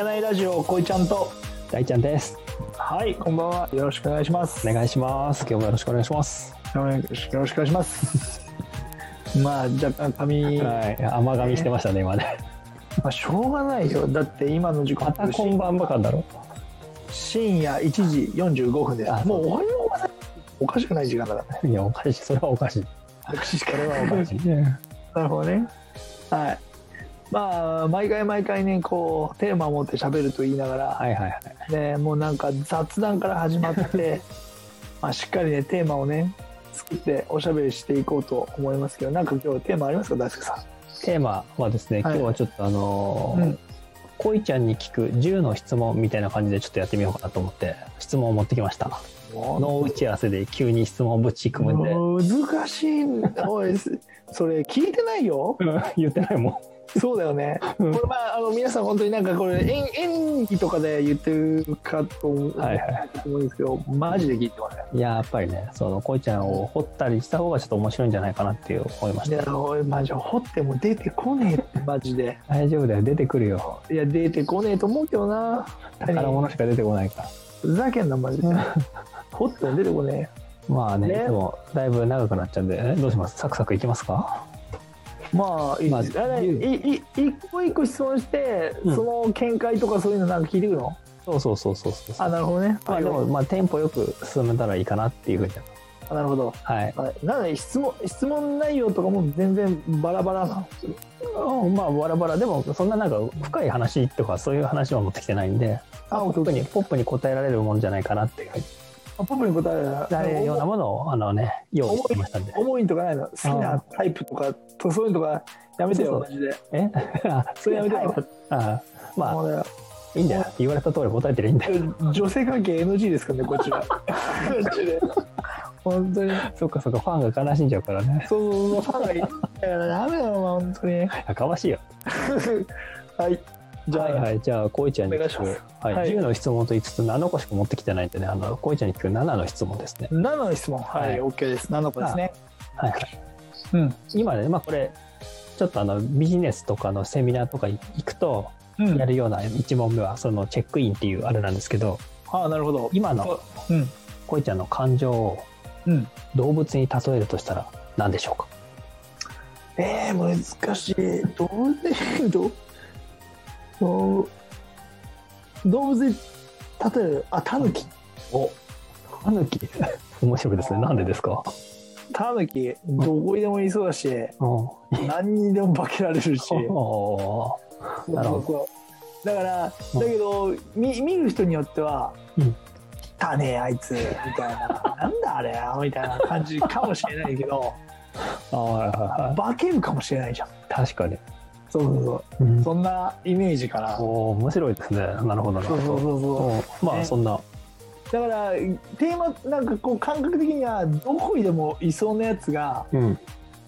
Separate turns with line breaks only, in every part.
ゃないラジオこいちゃんと
大ちゃんです。
はいこんばんはよろしくお願いします
お願いします。今日もよろしくお願いします。
よろしくお願いします まあ若干髪ま
はい、甘噛みしてましたね、今ね。
あしょうがないよだって今の時
ま
間
たこんばんばかんだろ。
深夜1時45分です
あ
もうおはようございますおかしくない時間だからね
いや、おかしい、それはおかしい。
私しか
それはおかしい。
なるほどね。はい。まあ、毎回毎回ね、こう、テーマを持って喋ると言いながら、
はいはいはい。
ね、もうなんか雑談から始ま って、まあ、しっかりね、テーマをね、作っておしゃべりしていこうと思いますけど、なんか今日テーマありますか、大輔さ
テーマはです
は
ね、今
い
日はちょっとあの
ん。
ー、こいちゃんに聞く10の質問みたいな感じでちょっとやってみようかなと思って、質問を持ってきました。
も
脳打ち合わせで急に質問ぶち
う
組んで。
難しいんだ。おい、すそれ聞いてないよ。
言ってないもん。
そうだよね。こ
う
れ
ん
まあ、あの、皆さん本当になんかこれ、演演技とかで言ってるかと思う
はいは
思うんですけど、マジで聞いてません。
い。いや、やっぱりね、その、こいちゃんを掘ったりした方がちょっと面白いんじゃないかなっていう思いまし
い
た。
やおいマジ掘っても出てこねえってマジで
大丈夫だよ、出てくるよ。
いや出てこねえと思うけどな
宝物しか出てこないから。
ふざけんなマジ で掘っても出てこね
まあね、
ね
でもだいぶ長くなっちゃうんで、えどうしますサクサクいきますか
えまあいい
まあ
ですあれいい一個一個質問して、
うん
その見解とかそういうのなんか聞いてくの
そうそうそうそうそう
あなるほどね
まあでも、まあ、テンポよく進めたらいいかなっていうふうに。
あなるほど
はい。
はいなので質問質問内容とかも全然バラバラなの
うんまあ、バラバラ。でも、そんななんか、深い話とか、そういう話は持ってきてないんで、
あ
ポ
オッケー
ップに、ポップに答えられるもんじゃないかなっていうふうに。
あポップに答えら
なれるような
重い
ものを、あのね、用意してきましたんで。
重いんとかないの好きなタイプとかとそういうのとかやめてよ
そう
マジで
え あそれやめて
はい
よ。あま
も
あ、
うね
いいんだよ。言われた通り答えてりゃいいん だよ。
女性関係 NG ですからねこち らマジで本当に
そっかそっか、ファンが悲しんじゃうからね。
そうそうそうファンがいるんだからダメだよお前本当に
やかましいよ。
はいじゃあ、
はいはい、じゃあ、こいちゃん
お
に聞
願いし
く、はい
はい
10の質問と5つ7個しか持ってきてないんでね、あのこいちゃんに聞く7の質問ですね。
7の質問はい、
はい
OK です7個ですね
はいはい、
うん
今ね、まあ、これ、ちょっとあのビジネスとかのセミナーとか行くと、
うん
やるような1問目は、そのチェックインっていうあれなんですけど、
ああなるほど
今の
うん
こいちゃんの感情を
うん
動物に例えるとしたら、何でしょうか。
えー、難しいどうでどうどう動物に例えるあタヌキ
おタヌキ 面白いですね。なんでですか、
タヌキどこにでもいそうだし
うん、
何にでも化けられる し
おなるほど
そうだからだ
うん
けど見見る人によっては「
うん
来たねあいつ」みたい な「なんだあれ」みたいな感じかもしれないけど
ーはい はいはい
化けるかもしれないじゃん
確かに。
そうそうそう
うん
そんなイメージからそう
おー面白いですね。なるほどなる
そうそ
ほ
う
ど。
そ
うんま
ね
あそんな、
うだからテーマなんかこう感覚的にはどこにでもいそうなやつが
うん、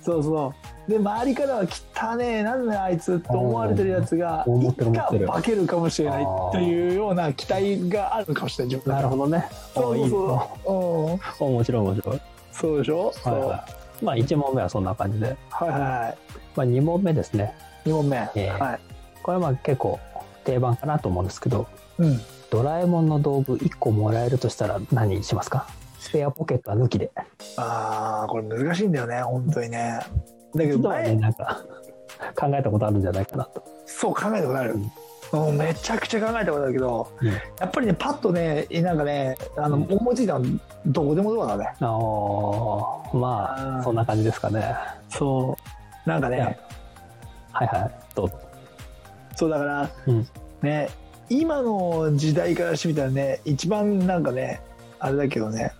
そうそうで周りからは「来たねなんだあいつ」って思われてるやつが
うん思
い
っ
つ
てる思
か
ってる
化けるかもしれないっていうような期待があるかもしれない自分
な
の中で
るほどね。
そうそうそう。うん。
おいい 面白い面白い。
そうでしょ。そう
はいはい。まあ一問目はそんな感じで、
はいはいはい。
まあ二問目ですね。
二問目。
ええ
はい。
これはまあ結構定番かなと思うんですけど、
うん。
ドラえもんの道具一個もらえるとしたら何しますか？スペアポケットは抜きで。
ああ、これ難しいんだよね、本当にね。だけ
一
ど
度はね
前、
なんか考えたことあるんじゃないかなと。
そう考えたことある。うん、めちゃくちゃ考えたことあるけど、
うん
やっぱりね、パッとね、なんかね、あの、
うん
思いついたの、どこでもドアだね。
あーま
あー
あそんな感じですかね。は
そう。なんか
いや
ね、
いはい。どうぞ。
そうだから、
うん
ね、今の時代からしてみたらね、一番なんかね、あれだけどね。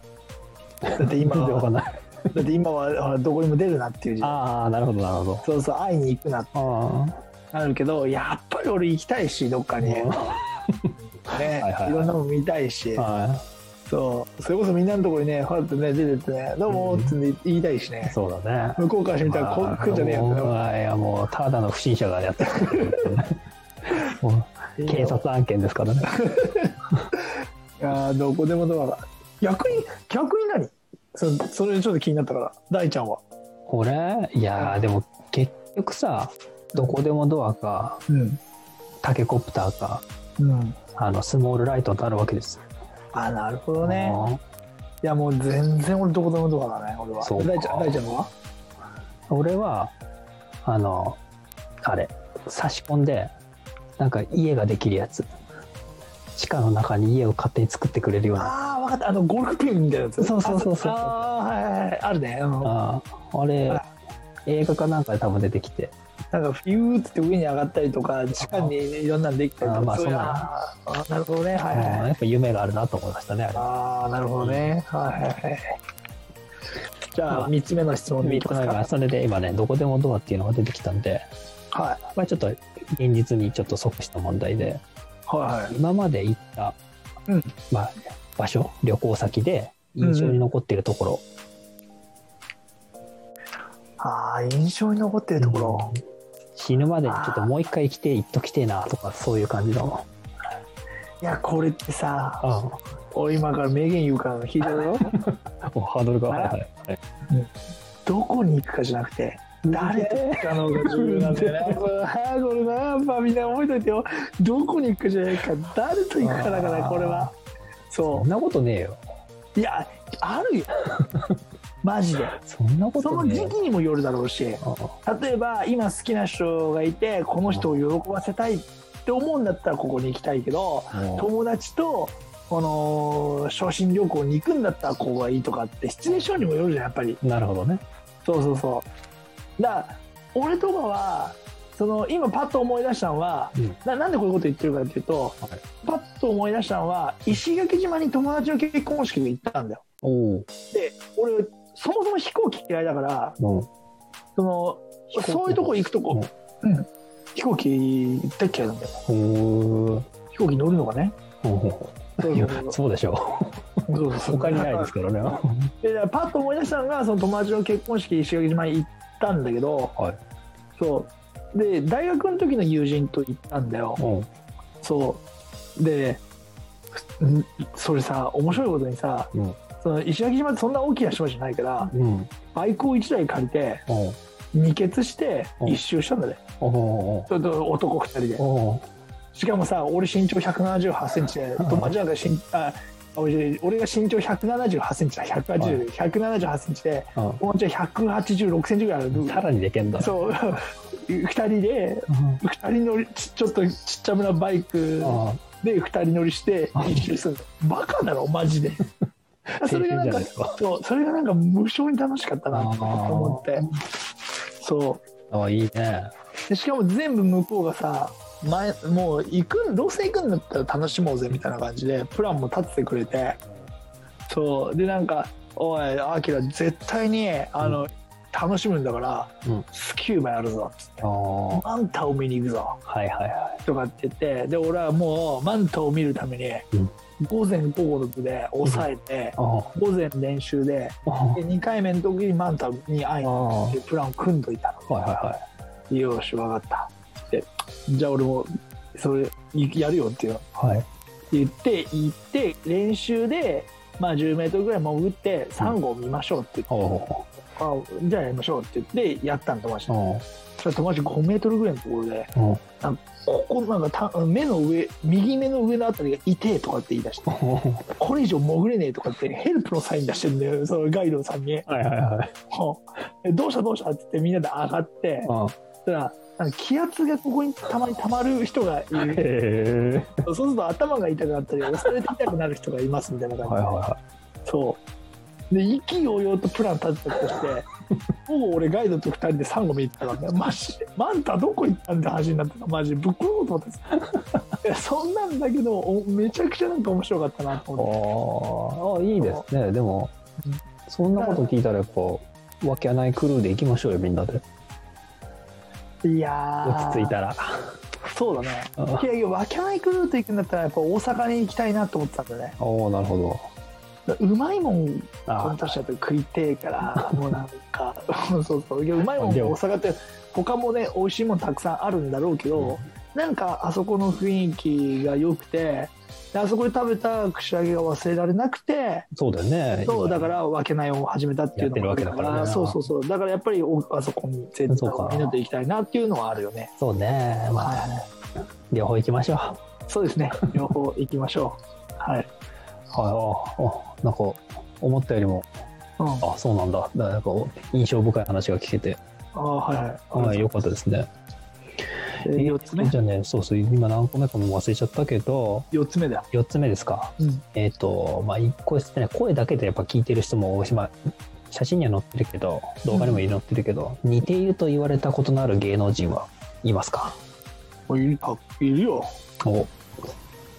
だって今
全然わか
は、
んない。
だって今はほらどこにも出るなっていう時代。
ああなるほどなるほど。
そうそう会いに行くなって
あ
なるけどやっぱり俺行きたいしどっか
あ。
に、ね
うんはいはい
いろんなもの見たいし、
は
そうそれこそみんなのところにねファッとね出てってね「どうも」
うん
って言って言いたいし
い。
ね、
そうだね。
向こうからしてみたらこう来んじゃねえよ
まあいやもうただの不審者がやってるもう警察案件ですからね
いやーどこでもドアだ逆に逆に何そそれちょっと気になったから大ちゃんは
俺いやーでも結局さどこでもドアか
うん
タケコプターか
うん。
あのスモールライトとあるわけですよ
あ、なるほどね。いや、もう全然俺どこでもどこだね、俺は。
そうか
大ちゃん、大ちゃんは
俺はあのあれ差し込んでなんか家ができるやつ地下の中に家を勝手に作ってくれるような
ああ、わかった。あの、ゴルフピンみたいなやつ。
そうそうそうそう
ああー、はいはいはい。あるね。うん
あーあれ
あ
映画かなんかで多分出てきて
なんか、フィューっつって上に上がったりとか、地下にいろんなのできたりと
あーまあ
か、ういう
そうだね
あーあーなるほどね。はいはい
あー
はい。
やっぱ夢があるなと思いましたねあれ
ああ、なるほどね。はいはいはい。じゃ
ま
あ、
あ
3つ目の質問でいきます
まあ
か。
それで今ねどこでもドアっていうのが出てきたんで、
はい。
まあ、ちょっと現実にちょっと即した問題で
はいはい。
今まで行った、
うん
まあ、場所旅行先で印象に残っているところ、
ああ、印象に残ってるところ。
死ぬまでにちょっともう一回来て行っときてえなとかそういう感じの
いや、これってさ、
あ
俺今から名言言うから聞いてる よ。
あもうハードルが
はい
はいはい
どこに行くかじゃなくて、誰と行くかの方が重要なんだよね。そうあーこれな、やっぱみんな覚えといてよ。どこに行くかじゃないか、誰と行くかだから、これは。
そ
そ
んなことねえよ
う。いや、あるよ。 マジで。
そんなこ
そ
と
の
ねえ
時期にもよるだろうし、例
あ
えば今好きな人がいて、この人を喜ばせたいって思うんだったらここに行きたいけど、
あも
友達と、この、昇進旅行に行くんだったらここがいいとかって、シチュエーションにもよるじゃん、やっぱり。
うなるほどね
そうそうそう。だから、俺とかは、その、今パッと思い出したのは、
うん
ななんでこういうこと言ってるかっていうと、
はい
パッと思い出したのは、石垣島に友達の結婚式で行ったんだよ。
おお
で、俺、そもそも飛行機嫌いだから、
も
その、
飛行機
そういうとこ行くとこ、うん、飛行機行ったっけなんだよ。
うおー
飛行機乗るのがね。
ほうほ
そうう
い
そ
や
うそう
そうでしょ
そうそうそう
う他にないですからね
でだからパッと思い出したのが、その友達の結婚式石垣島に行ったんだけど、
はい
そう。で、大学の時の友人と行ったんだよ。
うん
そうでんそれさ面白いことにさ
うん
その石垣島ってそんな大きな島じゃないから
うん
バイクを1台借りて
おう
二血して
うん
一周したんだね
おうおう
それと男2人で
おう
しかもさ俺身長1 7 8ンチで
ん
友達なんかしんあ俺俺が身長1 7 8ンチだ180 178センチで
おう
友達は186センチぐらいある
うんさらにでけんだ
そう2人で
うん
2人乗りちちょっとちっちゃめなバイク
あ
で2人乗りして
あ
一周するのバカだろマ ジで
あ
そ
青
れがな
春じゃ
ん
な
か
いですか
そうそれがなんか無性に楽しかったなと思ってそ
ああいいね
うでしかも全部向こうがさ前もう行くんどうせ行くんだったら楽しもうぜみたいな感じでプランも立ててくれてそうでなんか「おいアキラ絶対にあの、楽しむんだから、
うん
スキューバやるぞ」つって
ああ
「マンタを見に行くぞ」
はいはいは
とかって言ってで俺はもうマンタを見るために、
うん
午前午後で抑えて、
い。
午前練習でで2回目の時にマンタに会いに行くっていうプランを組んどいた
はいは
のよし分かったってじゃあ俺もそれいやるよっていうの
いはい。はい。
言って行って練習で、まあ、1 0ルぐらい潜ってサンゴを見ましょうって言って、
おお。
あじゃあやりましょうって言ってやったの友達
お
と
お。
そしたら友達5メートルぐらいのところで
おお。
ここなんかた目の上右目の上のあたりが痛えとかって言い出してこれ以上潜れねえとかってヘルプのサイン出してんだよそのガイドさんに
はいはいはい。
「えどうしたどうした」って言ってみんなで上がって
あ
そしたらなんか気圧がここにたまにたまる人がい
へ
る
え。
そうすると頭が痛くなったり押されて痛くなる人がいますみたいな感じで、
はいは
そうで意気揚々とプラン立てたとして もう俺ガイドと2人でサンゴ見に行ったからねマジでマンタどこ行ったんだ話になってたマジでぶっ殺そうと思って たいやそんなんだけどおめちゃくちゃなんか面白かったなと
い
思って
はい。ああ、いいですね。でも、そんなこと聞いたらやっぱ、わけないクルーで行きましょうよ、みんなで。
いや
落
ー
ち着いたら。
そうだねいやいやわけないクルーと行くんだったらやっぱ大阪に行きたいなと思ってたんだよね
おおなるほど。
だからうまいもんこの
あ
年だと食いてえから もうなんかそうそういやうまいもん
でも
大阪って他もね美味しいもんたくさんあるんだろうけど、なんかあそこの雰囲気が良くてであそこで食べた串揚げが忘れられなくて
そうだよね。
そうだか。ら分けないを始めたっていうのもある
やってるわけだからね
そうそうそうだからやっぱりおあそこに全
そう
然
か
みんなと行きたいなっていうのはあるよね。
そうね。まあ、両方行きましょう。
そうですね。両方行きましょう。はい。
はい、ああ、なんか、思ったよりも、
うん、あ
あそうなんだ。だなんか、印象深い話が聞けて、
あ、はいはい。
はい、良かったですね。
えー四つ目。
じゃあね、そうそう、今何個目かも忘れちゃったけど、
四つ目だ。
4つ目ですか。
うん。
えっ、と、まあ、1個ですね、声だけでやっぱ聞いてる人も多いし、まあ、写真には載ってるけど、動画にも載ってるけど、似ていると言われたことのある芸能人はいますか
おいるあいるよ。
お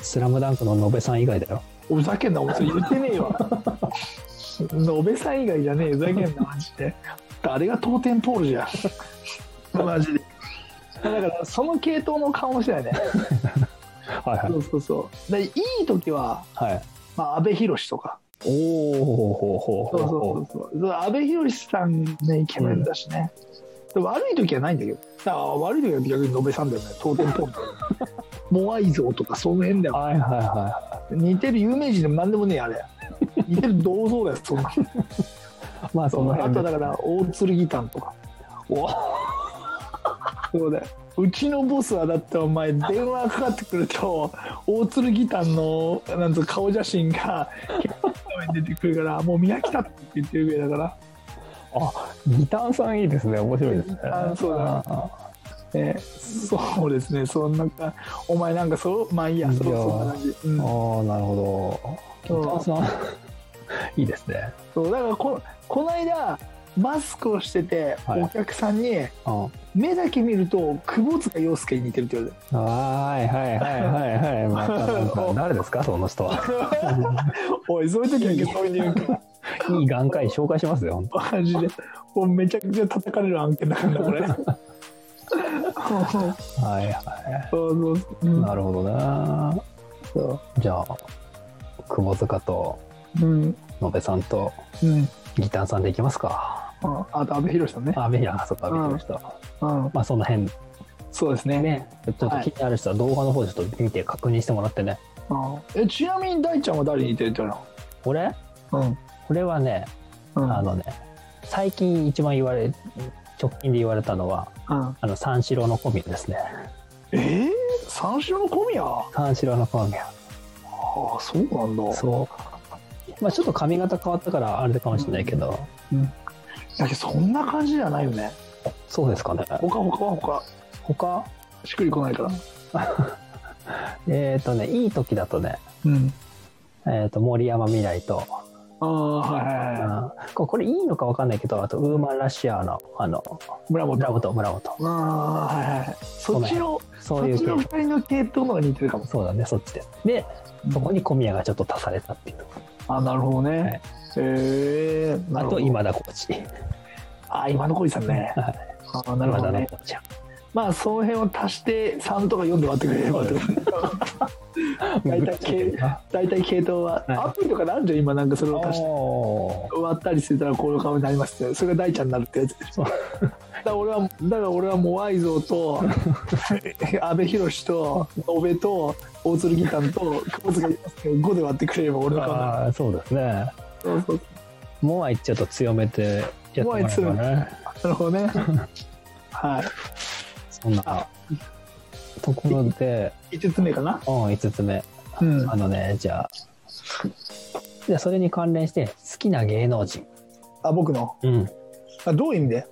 スラムダンクの野辺さん以外だよ。
おふざけんな、おそれ言ってねえよ。のべさん以外じゃねえ、ふざけんな、マジで。誰が当店通るじゃん。マジで。だから、その系統の顔してだよね。
はいは
そ
い。
うそうそう。で、いい時は、
はい。
まあ、安倍博とか。
おーほう
そ
ほ
う
う
そう
ほうほう。
そうそう。安倍博さんね、イケメンだしね。で悪い時はないんだけど。だから悪い時は逆にのべさんだよね。当店通る。モアイ像とか、その辺だよ。
はいはいは
似てる有名人でも何でもねえあれ似てる銅像だよそんな
い。まあ、その
あ
辺
と
で。
だから大剣丹とか
お
そうだようちのボスはだってお前電話かかってくると大剣丹のなんつうの顔写真が結構出てくるからもう見飽きたって言ってるぐらいだから
ギターさんいいですね。面白いですね。
あそうだ
だ。
えーそうですねそんなかお前なんかそうまあいいや
いや
そうそんな感じ、うん
ああ、なるほど。ギターさ ん。いいですね。
そうだからここの間マスクをしてて
はい
お客さんに、
あ
目だけ見ると久保塚洋介に似てるって言われて
はいはいはいはいはい。ま たなんか誰ですかその人は。
おい、そういう時だけそういうか
いい眼科医紹介しますよ。本
マジで。もうめちゃくちゃ叩かれる案件だ からな、これ。
当はいは
そうそう。う
い。
ん
なるほどな。
そ
じゃあ、久保塚と
う。うん。
野辺さんと
うん。
ギターさんでいきますか。
ああと、阿部寛さんね。
あ、べや、そっか、
うん
べやした。
うん。
まあ、その辺
そうですね。
ね、ちょっと気になる人は動画の方でちょっと見て確認してもらってね。
うんえ、ちなみに大ちゃんは誰に似てるって言わ
俺
れたの
俺はね、
うん。うん。
あのね、最近一番言われ、直近で言われたのは、
うん。
あの、三四郎の小宮ですね。
えー、三四郎の小宮あ
三四郎の小宮。
あ、そうなんだ。
そう。まあちょっと髪型変わったからあれかもしれないけど、
だけど、そんな感じじゃないよね。
そうですかね。
他、他は他。
他、
しっくりこないから。
えっ、とね、いい時だとね、
うん。
えっ、と、森山未来と、
ああ、はいはいは
あーここれいいのかわかんないけど、あと、ウーマンラッシアーの、あの、
い。村本。
村
あ
本、村本。
あ、はいはいはい。そっちの。
そういう系
そっちの二人の系統のが似てるかも。
そうだね、そっちです。で、そこに小宮がちょっと足されたっていう。
あ、なるほどね。
はい
ええな
あ
るほ
と、
ど。
今田コーチ。
あ、今の小さんね。
は
あ、なるほどね
今。田コーチ。
まあ、その辺を足して三とか四で割ってくれればってことね。大体系
あ
大体系統は、
はい
アプリとかであるじゃん、今なんかそれを足して。
おー
割ったりしてたらこういう顔になりますね。それが大ちゃんになるってやつ。
そう
だから俺は、だから俺はモアイ像と、阿部寛と、小部と、大鶴ギタンと、久保塚5で割ってくれれば俺の顔になる。
あーそうですね。
そうそう
モアイちょっと強めてやってもらえば
モ
ね。
なるほどね。はい。
そんなところで、
5つ目かな。
うん、5つ目。
うん
あのね、じゃあ。じゃあそれに関連して好きな芸能人、
あ、僕の。
うん、
あどういう意味で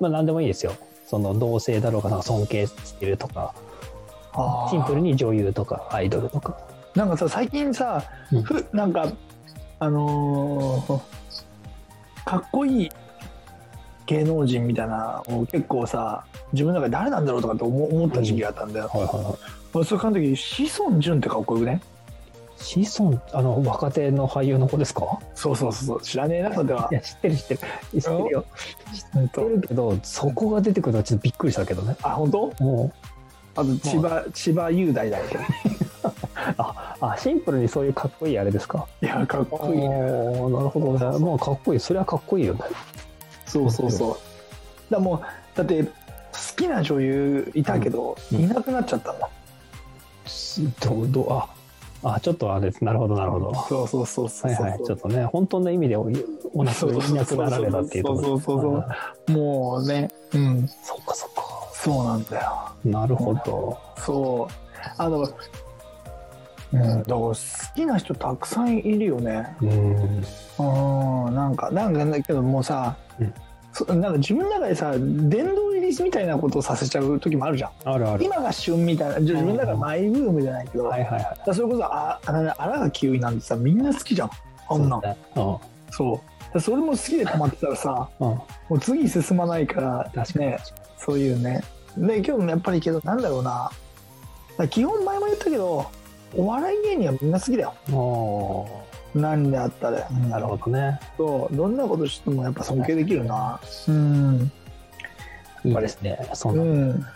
まあ何でもいいですよその同性だろうかなんか尊敬してるとかシンプルに女優とかアイドルとか
なんかさ最近さ、
うん
ふなんかあのーかっこいい芸能人みたいなのを結構さ自分の中で誰なんだろうとかって思思った時期があったんだよ、
はいはいはい
俺それ考えた時志尊淳ってかっこよくね
シソンあの若手の俳優の子ですか
そうそうそうそう知らねえなそれはい
や知ってる知ってる知ってるよ
うん
知って
と
るけどそこが出てくるのはちょっとびっくりしたけどね
あ本当
もう
あと千葉千葉雄大だっけ
あシンプルにそういうかっこいいあれですか
いやかっ
あ
こいい
ーなるほどねまあかっこいいそれはかっこいいよね
そうそうそうだからもうだって好きな女優いたけど、
うん
いなくなっちゃったんだ
どうどうああちょっとあれですなるほどなるほどは
そうそうそうそう
い
そう
はいちょっとね本当の意味でおお亡くいなくなられたっていうところ
そうそうそうそうもうね、うん、
そうかそうか
そうなんだよ。
なるほど
そう。あの、うん、だから好きな人たくさんいるよね
うん
うんなんかなんかだけどもうさ、
うん
そなんか自分の中でさ殿堂入りみたいなことをさせちゃう時もあるじゃん
あるある
今が旬みたいなじゃあ自分の中でマイブームじゃないけど、
はいはいはい
だからそれこそああの荒垣結衣なんてさみんな好きじゃんあんなん
そうだねうん
そうだからそれも好きで溜まってたらさ
うん
もう次進まないから
確かに
ねそういうねで今日もやっぱりけどなんだろうなだから基本前も言ったけどお笑い芸人はみんな好きだよ
おー
何であったら、
なるほどね
そうどんなことしてもやっぱ尊敬できるなうん
いいですねそん
う
なん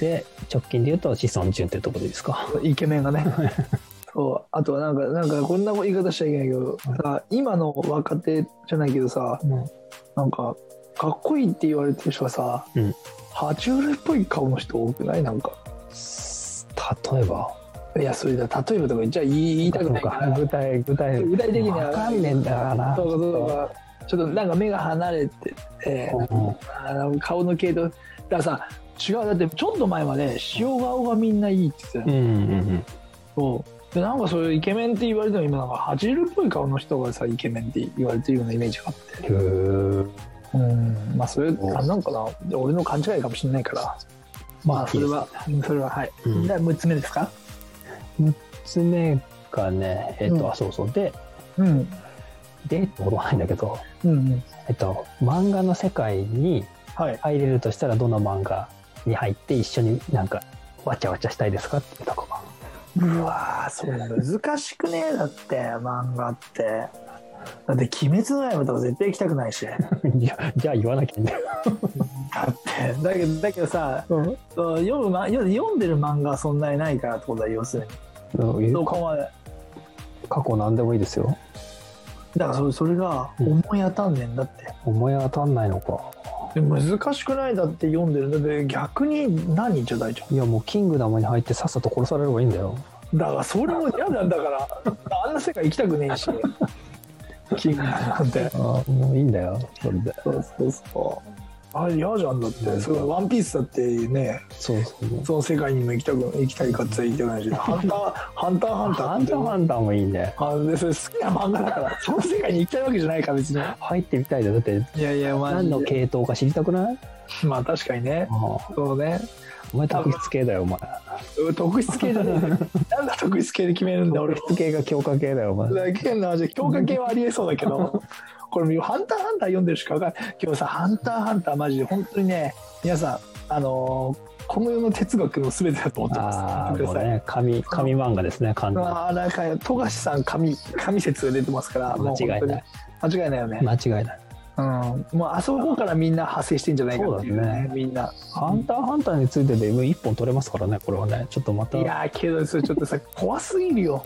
で直近で言うと志尊淳ってとこでいいですか
イケメンが ねそうあとはなんかなんかこんな言い方しちゃいけないけどさ今の若手じゃないけどさ
うん
なんかかっこいいって言われてる人がさ、
うん
爬虫類っぽい顔の人多くないなんか
例えば
いやそれだ例えばとか言っちゃ言いたくないから
具体具体
具体的には
わかんねえんだからな
そうかそうかちょっとなんか目が離れてて、
うん
あの顔の系統だからさ違うだってちょっと前まで塩顔がみんないいって言ってたよ
うんうん
そうでなんかそういうイケメンって言われても今なんか爬虫類っぽい顔の人がさイケメンって言われてるようなイメージがあって
うんへえ
うんまあそれあなんかなで俺の勘違いかもしれないからまあそれはそれははい、
うん
じゃあ6つ目ですか
爪がねえっと、
うん
あそうそうで
うん
でってことはないんだけど
うんうん
えっと漫画の世界に
はい
入れるとしたらどの漫画に入って一緒になんかわちゃわちゃしたいですかってとこ
うわーそれ難しくねえだって漫画ってだって「鬼滅の刃」とか絶対行きたくないし だ
いやじゃあ言わなきゃいいんだよ、
ってだけどだけどさそう読む、ま、読読んでる漫画はそんなにないからってことは要する
うん
にそこまで
過去何でもいいですよ
だからそれそれが思い当たんねんだって
思い当たんないのか
でも難しくないだって読んでるんだって逆に何じゃ大丈
いやもうキングダムに入ってさっさと殺されればいいんだよ
夫だからそれも嫌なんだからあんな世界行きたくね えしキングなんて
ああもういいんだよそれで
そうそうそうあれ嫌じゃんだって、
うん
それワンピースだってね
そうそうそう
その世界にも行きたく行きたいかって言ってないし、ハンタ ー、ハンター、ハンター。
ハンターハンターもいいね
あでそれ好きな漫画だから、その世界に行きたいわけじゃないから、別に。
入ってみたいだよだって
いやいや、マ
何
ジ
の
で。
系統か知りたくない
まあ、確かにね。
ああ
そうね。
お前特筆系だよお前
うん特質系じゃねえ んだよなんだ特質系で決めるんだよ、
特
俺。
筆系が強化系だよお前
だけど、じゃ強化系はありえそうだけど。 これ、ハンター、ハンター読んでるしかわかんない。今日さ、ハンター、ハンター、マジで、本当にね、皆さん、あのーこの世の哲学の全てだと思って
あ
ま
あ
す。
もうね紙紙漫画ですね完全に
ああなんか富樫さん神神説出てますからもう
間違いない
本当に間違いないよね、
間違いない
うん、もうあそこからみんな派生してんじゃないかっていうね
そうだね
みんな
「ハンターハンター」についてでもう一本取れますからねこれはねちょっとまた
いやーけどそれちょっとさ怖すぎるよ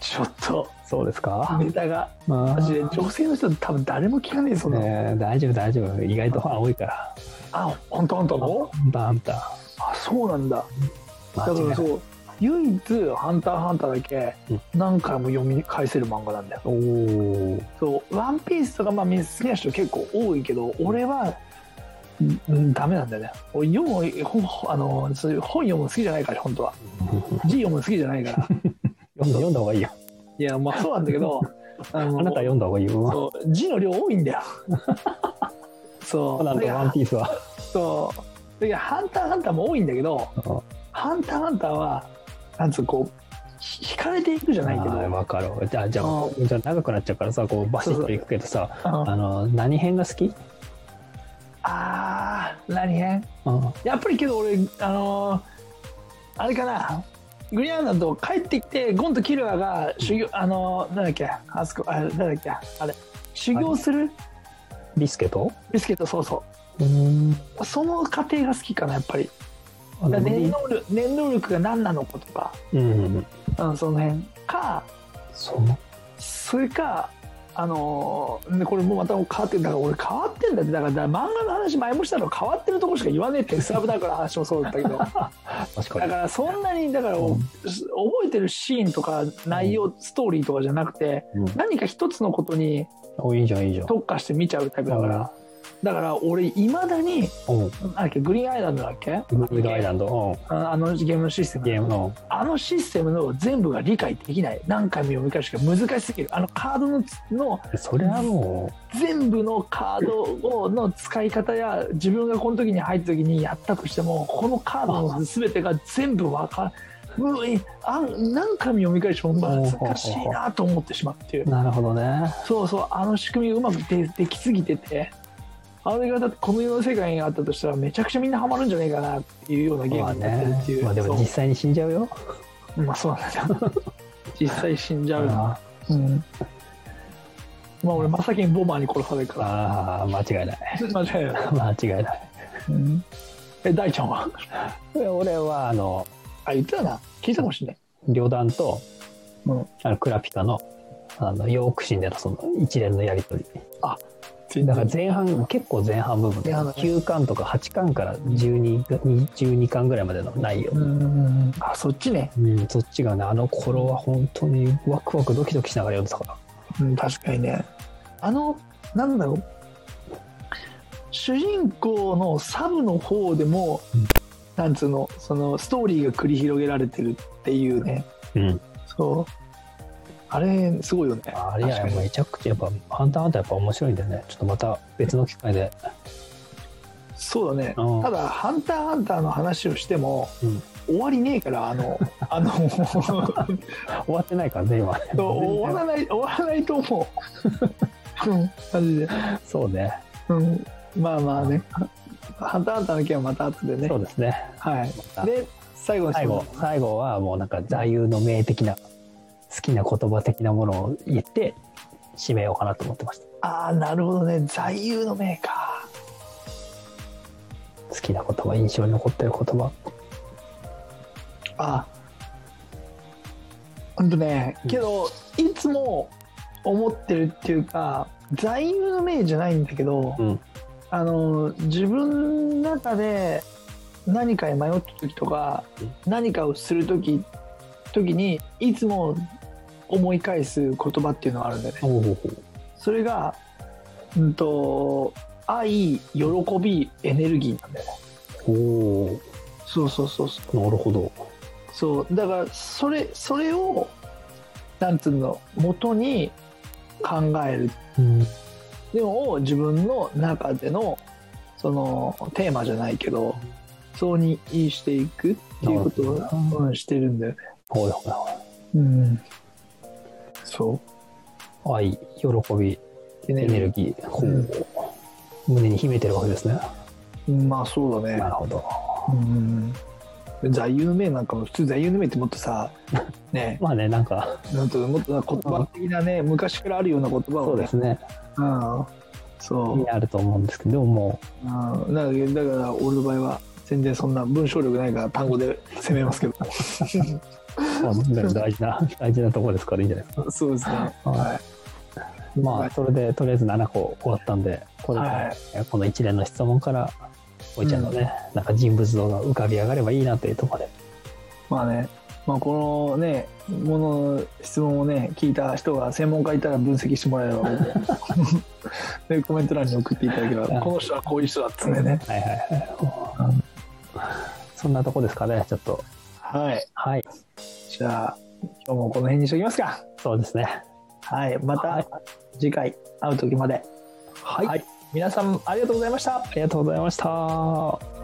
ちょっと
そうですか
ネタが
ま
マ
あ
ジで女性の人多分誰も聞かねえそんなの、
ねえ大丈夫大丈夫意外とファン多いから
あ本当本当
ハンターハンター
あそうなんだだか
間違いな
ら
い
そう唯一「ハンターハンター」だけ
うん
何回も読み返せる漫画なんだよ
おお
そう「ワンピースとかまあ好きな人結構多いけど俺は、うんうん、ダメなんだよね俺読む本ほあのそういう本読むの好きじゃないから本当は字読むの好きじゃないから
読んだ 読んだ方がいいよ
いやまあそうなんだけ どあ
あ
の
なたは読んだ方がいいよ
そう字の量多いんだ よそう
コナン
だ
と
から
ワンピースは
そうだからハンターハンター」も多いんだけど
うん
「ハンターハンターは」なんつうこうひ惹かれていくじゃないけど
あーわかるじゃあじゃあ
う
じゃあ長くなっちゃうからさこうバシッといくけどさ
あの
あの何編が好き
あー何編
うん
やっぱりけど俺あのーあれかなグリアーナと帰ってきてゴンとキルアが修行あのーなんだっけあそこあれなんだっけあれ修行する
ビスケと
ビスケットそうそう
ーん
うその過程が好きかなやっぱり
あ
だ
の
念能力念能力が何なのかとか、
うん
うん、その辺か
その
それかあのーねこれもうまた変わってるだから俺変わってんだってだからだから漫画の話前もしたの変わってるとこしか言わねえってスラブダンクの話もそうだったけど
確か
だ
に
からそんなにだから、
うん
す覚えてるシーンとか内容、ストーリーとかじゃなくて
うん
何か一つのことに
おいいじゃんいいじゃん
特化して見ちゃうタイプだから、だから俺いまだに
うん。
なんだっけグリーンアイランドだっけ
グリーンアイランド。
ああのゲームのシステ
うん。
ム
ゲームの。
あのシステムの全部が理解できない何回も読み返すしか難しすぎるあのカードのつの
それはも
全部のカードをの使い方や自分がこの時に入った時にやったとしてもこのカードの全てが全部わかうえあ何回も読み返しても難しいなと思ってしまうっていう
う、なるほどね。
そうそうあの仕組みがうまくでできすぎててあれがだってこの世の世界にあったとしたらめちゃくちゃみんなハマるんじゃないかなっていうようなゲー
ま
ム
あ
になってる
ね
っていう。
まあでも
そ
実際に死んじゃうよ。
うまあそうなんですよ実際死んじゃうな
あ
うんまあ俺まさきにボマーに殺されるから
あ、間違いない。
間違いない
間違いない。
うんえ大ちゃんは
俺は、あの、
あ言ってたな聞いたかもしれない
旅団と、
うん
あのクラピカの、あの、ヨークシンでのその一連のやりとり。
全
だから前半、結構前半部分で、
前半だね
9巻とか8巻から12か、12巻ぐらいまでの内容
う。んあそっちね
うん、そっちがね、あの頃は本当にワクワクドキドキしながら読んでたか
うん確かにねあのなんだろう主人公のサブの方でも、
うん
なんつうのそのストーリーが繰り広げられてるっていうね
ら。うん。
そうあれすごいよね
あれ
確
や、
かに
めちゃくちゃやっぱ、ハンターハンターやっぱ面白いんだよね。ちょっとまた別の機会で。
そうだね
うん
ただ「ハンターハンター」の話をしても、
うん
終わりねえからあのあの
終わってないからね、今。
終わらない終わらないと思ううんマジで、
そうね。
うん、まあまあね「ハンターハンター」の件はまた後でね
そうですね。
はい
また
で最後の質
最
問
後、最後はもうなんか座右の銘的な、好きな言葉的なものを言って、締めようかなと思ってました。
ああなるほどね座右の銘か
好きな言葉、印象に残ってる言葉。
あほんとねけど、いつも思ってるっていうか座右の銘じゃないんだけど、
うん。
あの自分の中で何かに迷った時とか
うん
何かをする時時にいつも思い返す言葉っていうのがあるんだよね。
お
それが、うん、と愛喜びエネルギーなんだよね。
おお
そうそうそうそう
なるほど。
そうだからそれそれをなんつうの元に考える
うん。
でも自分の中でのそのテーマじゃないけどそうにしていくっていうこと
なるほ
を、うん、してるんだよね。
ほいほいほい。
うん、そ
愛、喜
う
び、
エ
エネルギー、ほう胸に秘めてるわけですね。
うんまあそうだね
な。るほど。
うん座右の銘なんかも普通座右の銘ってもっと さね
まあね、なんか、
なんともっとなんか言葉的なね昔からあるような言葉
そ
を
うで
ね
すね。
うんそう
にあると思うんですけど、も
うんだからだから俺の場合は全然そんな文章力ないから単語で攻めます けど
う、まあ大事な、大事なところですからいいんじゃないですか。
そうですね
はい
はい
ま
は
あ、
い
それで、とりあえず7個終わったんで、これから、この一連の質問から、おいちゃんのね、なんか人物像が浮かび上がればいいなというところで、
まあね、まあ、このねもの質問をね聞いた人が専門家いたら分析してもらえれ ばでコメント欄に送っていただければ この人はこういう人だっつってね
はいはいはい。そんなとこですかね、ちょっと。
はい
はい、
じゃあ今日もこの辺にしときますか
そうですね。
はいま
は
た
い
次回会う時まで
はい、
はい皆さんありがとうございました
ありがとうございました。